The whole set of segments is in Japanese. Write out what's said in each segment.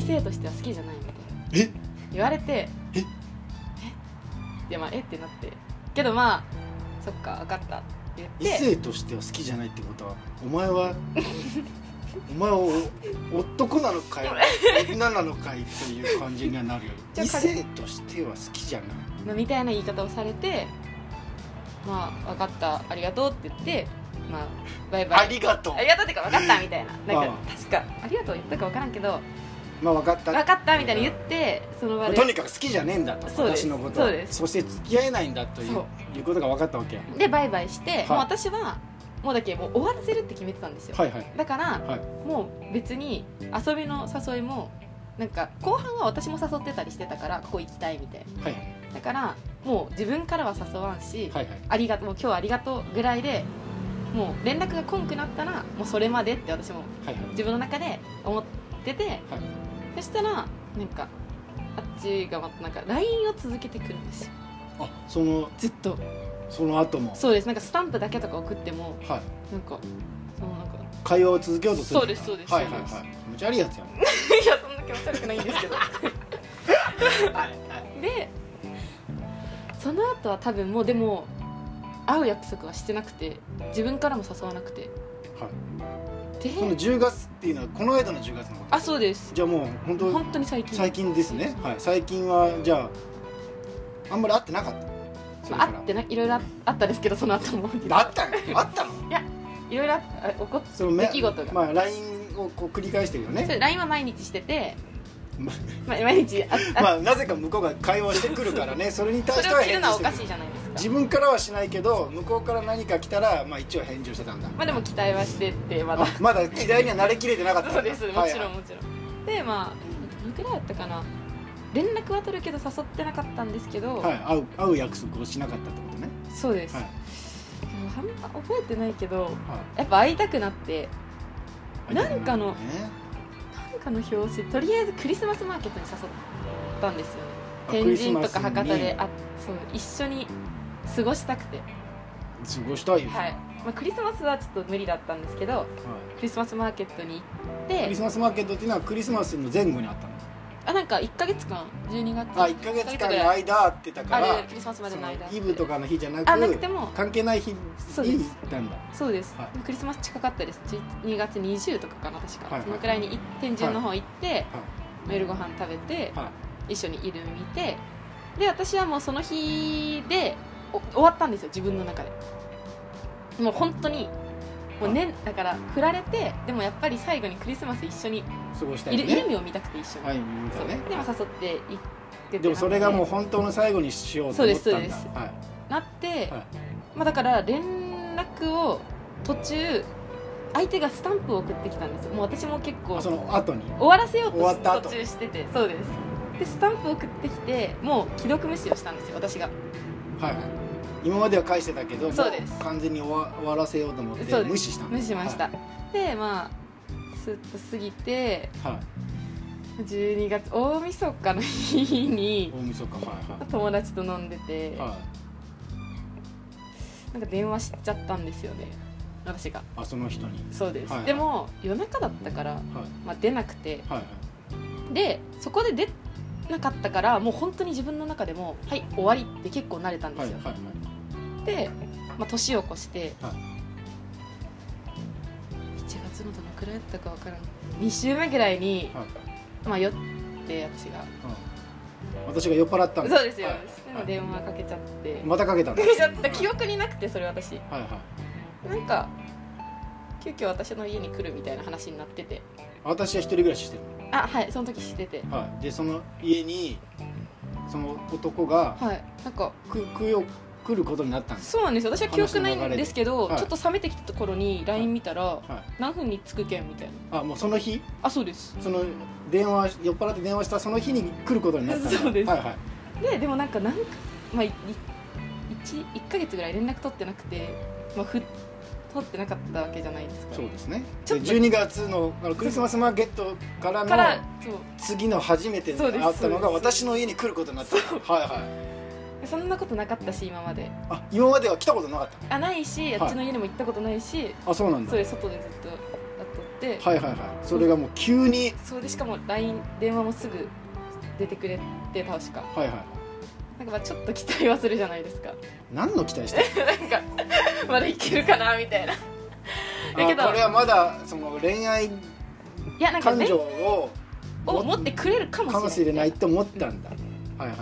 性としては好きじゃないみたいなえ言われてええでまあえってなってけどまあそっか分かったって異言って性としては好きじゃないってことはお 前はお前はお男なのかい女なのかいという感じにはなるよじゃ異あ彼性としては好きじゃないまあみたいな言い方をされてまあ分かったありがとうって言ってまあバイバあイりがとうありがとうっていうか分かったみたいななんあか確かありがとう言ったか分からんけどまあ分かった分かったみたいに言ってその場でとにかく好きじゃねえんだとそうです私のことはそうですそして付き合えないんだというそいうことが分かったわけでバイバイして、いもう私はもうだけもう終わらせるって決めてたんですよ、はいはいだから、はいもう別に遊びの誘いもなんか後半は私も誘ってたりしてたからここ行きたいみたいはいなだからもう自分からは誘わんし、はいはいありがとうもう今日はありがとうぐらいでもう連絡がこんくなったらもうそれまでって私もはいはい自分の中で思ってて、そしたらなんかあっちがまたなんか LINE を続けてくるんですよあそのずっとその後もそうですなんかスタンプだけとか送ってもはいなんかそのなんか会話を続けようとするそうですそうですはいはいはいそう気持ち悪いやつやん いやそんな気持ち悪くないんですけどはいはいでその後は多分もうでも会う約束はしてなくて自分からも誘わなくてでその10月っていうのはこの間の10月のことあそうですじゃあもう本当本当に最近最近ですね、はい、最近はじゃああんまり会ってなかったそれかあらってないろいろああったですけどその後もあったのあったのいろいろあったあ起こっ そのめ出来事がまあ LINE をこう繰り返してるよそねれ LINE は毎日して て、まま、毎日ああ、まあなぜか向こうが会話してくる からねそれに対そしれてをは切る返のはお事してかくしるいじゃないですか自分からはしないけど向こうから何か来たらまあ一応返事をしてたんだまあでも期待はしてってまだあまだ時代には慣れきれてなかったんだ そうですもはいちろんもちろんでまあどのくらいだったかな連絡は取るけど誘ってなかったんですけど、はい、会う会う約束をしなかったってことねそうです、はいでもあんま覚えてないけどはやっぱ会いたくなっていなんかのねなんかの表紙とりあえずクリスマスマーケットに誘ったんですよねあ天神とかクリスマスに博多であそう一緒に過ごしたくて過ごしたいよはい、まあ、クリスマスはちょっと無理だったんですけどはいクリスマスマーケットに行っクリてスマスマーケットっていうのはクリスマスの前後にあったのあなんか1か月間12月あ一1か月間の間会ってたかあられクリスマスまでそのの間イブとかの日じゃなくあなくても関係ない日にそうです行ったんだそうです、はクリスマス近かったです12月20とかかな確か、はいはいそのくらいに行天神の方行って、夜ご飯食べて、は一緒にいる見てで私はもうその日でお終わったんですよ自分の中でもう本当にもう年だから振られてでもやっぱり最後にクリスマス一緒に過ごしたいいるね意味を見たくて一緒に、はい見そたうねでも誘っていくってでもそれがもうう本当の最後にしようと思ったんだそうですそうですはいなって、はいまあ、だから連絡を途中相手がスタンプを送ってきたんですよもう私も結構あその後に終わらせようと終わった後途中しててそうですでスタンプ送ってきてもう既読無視をしたんですよ私がはいはい今までは返してたけどもそうです完全に終わ終わらせようと思っそうてです無視したんだ無視しました、はいでまあスッと過ぎてはい12月大晦日の日に大晦日はいは友達と飲んでていはいなんか電話しちゃったんですよね私があその人にそうです、はいはいでも夜中だったから、はいまあ、出なくてはいはいでそこで出なかったからもう本当に自分の中でもはい終わりって結構慣れたんではいすはよ、いはいで、まあ、年を越して、は1月のどのくらいだったかわからん2週目ぐらいに、はいまあ、酔って私がうん私が酔っ払ったんだそうですよ、はいはい電話かけちゃって、 またかけたんだかけちゃって記憶になくてそれ私はいはいなんか急遽私の家に来るみたいな話になってて私は一人暮らししてるあはいその時しててはいでその家にその男がはいなんかくくよ来ることになったんですそうなんですよ私は記憶ないんですけど、話の流れではいちょっと冷めてきたところに LINE 見たら、はい何分に着くけんみたいなあもうその日あそうですその電話酔っ払って電話したその日に来ることになったんだそうですはいはいででもなんか何か、まあ、いい一1か月ぐらい連絡取ってなくて、まあ、ふ取ってなかったわけじゃないですかそうですねちょでっと12月のあのクリスマスマーケットからからのそう次の初めてそうです会ったのがそうで私の家に来ることになったそうはいはいそんなことなかったし今まであ今までは来たことなかっあないしはいあっちの家にも行ったことないし、たあそうなんだそれ外でずっとあとて、はいはいはいそれがもう急にそれでしかも LINE 電話もすぐ出てくれて確かはいはいなんかまあちょっと期待はするじゃないですか何の期待してるなんかまだいけるかなみた いなだけどあこれはまだその恋愛いやなんか感恋情をを持ってくれるかもしれかないもしれないって思ったんだはいはい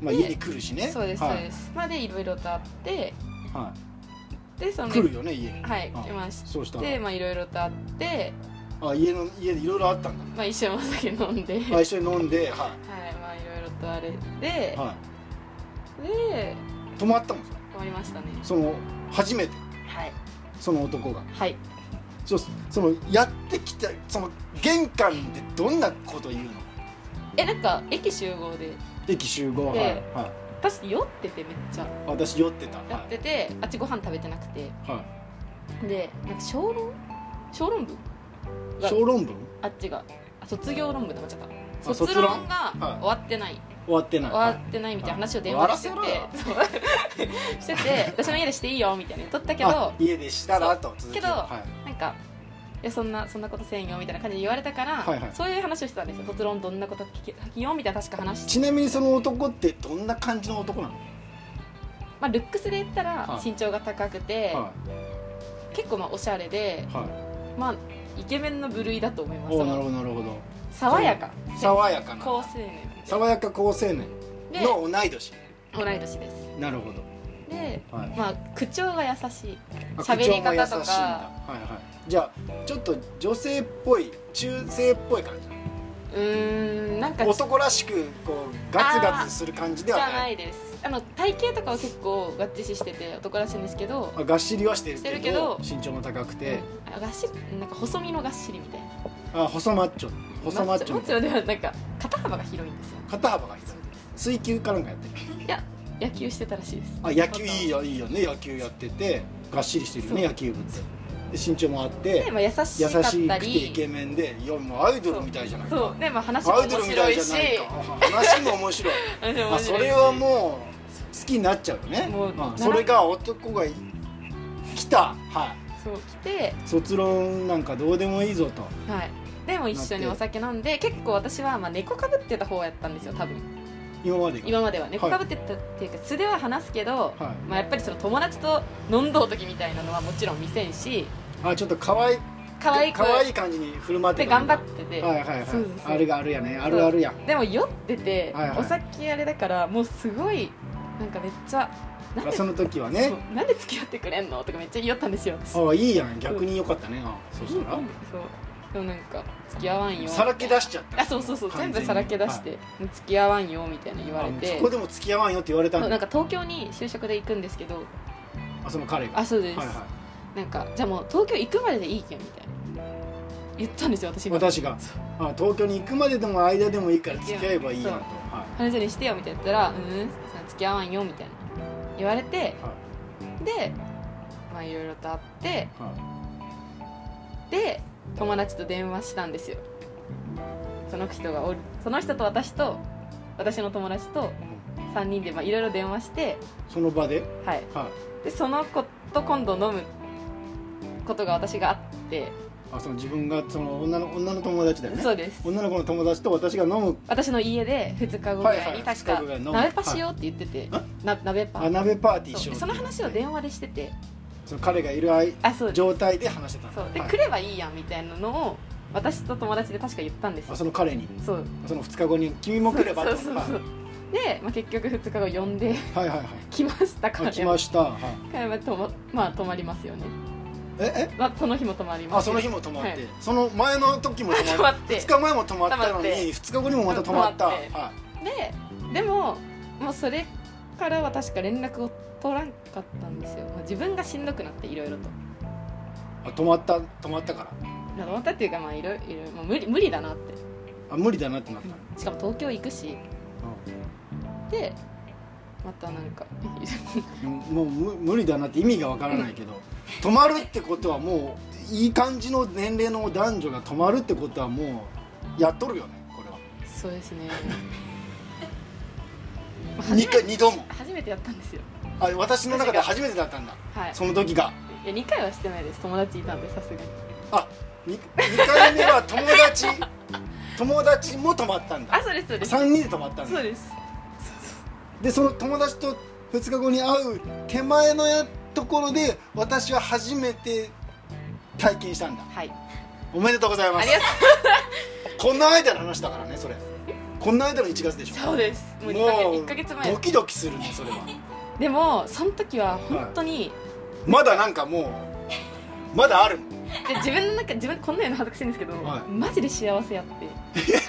まあで家に来るしねそうです、はいそうですまあでいろいろとあってはでそい、の来るよね家にはいあ来ましそうしたてらまあいろいろとあって、あ家の家でいろいろあったんだまあ、一緒にお酒飲んで、あ一緒に飲んでははいまあいろいろとあれい、で、はでい、泊まったもん終わりましたねその初めてはいその男がはいそそのやってきたその玄関でどんなこと言うのえなんか駅集合で駅集合はい、えはい、私酔っててめっちゃ私酔ってた酔はっいててあっちご飯食べてなくてはでなんか小論小論文い、小論文あっちがあ卒業論文で間違ったあ卒卒論論がはい終わってない、終わってない終わってないみたいな話を電話でしてて、終わらそうしてて私の家でしていいよみたいな取ったけどあ家でしたらと続きをけどはなんかいやそんなそんなことせんよみたいな感じで言われたから、はいはいそういう話をしてたんですよ卒論どんなこと聞き書きようみたいな確か話い、して、ちなみにその男ってどんな感じの男なの、まあ、ルックスで言ったらはい身長が高くて、は結構まあおしゃれでい、はいまあイケメンの部類だと思いますおおなそるほのどなるほど爽やか爽やかな高青年爽やか好青年での同い年同い年ですなるほどではいまあ口調が優しいあ喋り方とか口調も優しいんだはいはいじゃあちょっと女性っぽい中性っぽい感じうーんなんか男らしくこうガツガツする感じじではゃなないいですあの体型とかは結構合致ししてて男らしいんですけど、あがっしりはしてるけしどてるけど身長も高くて、あがっしりなんか細身のがっしりみたいなあ細マッチョ細マッチマッチョョではなんか肩幅が広いんですよ肩幅が広い水球かなんかやってる野球してたらしいですあ野球いいよいいよね野球やっててがっしりしてるよねそう野球部ってで身長もあっで、てまあ、優し優かっしたくてイりケメンでいやもうアイドルみたいじゃないかそうで、まあ、話もアイ面ドルみた白いいじしゃないか話も 面白い話もあ面白いしそれはもう好きになっちゃうよねもううんそれが男が来た、はそう来て、い、卒論なんかどうでもいいぞとはい、でも一緒にお酒飲んで結構私はまあ猫かぶってた方やったんですよ多分今までが今までは猫かぶってたっていうか素では話すけど、はまあ、やっぱりその友達と飲んどう時みたいなのはもちろん見せんしい、あちょっと可愛い可愛く可愛い感じに振る舞っでて頑張たっんてて、だはいはいはいそうそうそうあるがあるやねあるあ るやでも酔ってて、はいはいお酒あれだからもうすごいなんかめっちゃなんでその時はそねうなんで付き合ってくれんのとかめっちゃ言いよったんですよ私ああいいやん逆に良かったねあそしたらうんそうでもなんか付き合わんよさらけ出しちゃったあそうそうそう全完全に部さらけ出して、付き合わんよみたいな言わはいれあてここでも付き合わんよって言われたそうんなだんか東京に就職で行くんですけどあその彼があそうです、はいはなんかじゃあもう東京行くまででいいけんみたいな言ったんですよ私いが私があ東京に行くまででも間でもいいから付き合えばいいやんとそは話にしてよみたいな言ったら「うーんその付き合わんよ」みたいな言われていはでまあいろいろとあっていはいで友達と電話したんですよその人がおるその人と私と私の友達と3人でまあいろいろ電話して、その場で、はい、はい、でその子と今度飲むことが私があって、あその自分がその女の女の友達だよねそうです女の子の友達と私が飲む私の家で2日後ぐらはいいはいに確二日か後ぐらいに飲む鍋パしようって言ってて、はな鍋パあ鍋パーティーしそよううその話を電話でしててその彼がいる間あそうです状態で話してたのそうで、はい来ればいいやんみたいなのを私と友達で確か言ったんですあよその彼にそうその2日後に君も来ればそとうそうそうそうで、まあ、結局2日後呼んではいはいはい来ましたからあ来ました、はい、まあともまあ泊まりますよねええまあその日も泊まりますあその日も泊まって、はいその前の時も泊 泊ままっってて2日前も泊まったの泊まっにて2日後にもまた泊まった泊まってはででももうそれからは確か連絡を取らんかったんですよ、まあ、自分がしんどくなっていろいろとい、あ泊まった泊まったからまあ思ったっていうかまあいろいろもう無理無理だなってあ無理だなってなったの、しかも東京行くしでまたなんかうんもう無無理だなって意味がわからないけど泊まるってことはもういい感じの年齢の男女が泊まるってことはもうやっとるよねこれは そうですね2回二度も初めてやったんですよあ私の中で初めてだったんだはいその時がいや2回はしてないです友達いたんでさすがにあ 2, 回目は友達友達も泊まったんあだそうですそうです3人で泊まったんそうだですでその友達と2日後に会う手前のやところで私は初めて体験したんだはいおめでとうございまあすりがとこんな間の話だからねそれこんな間の1月でしうょそうですもうも1か月前ドキドキするねそれはでもその時は本当に、まだなんかもうまだあるで自分の中自分こんなような恥ずかしいんですけど、はいマジで幸せやって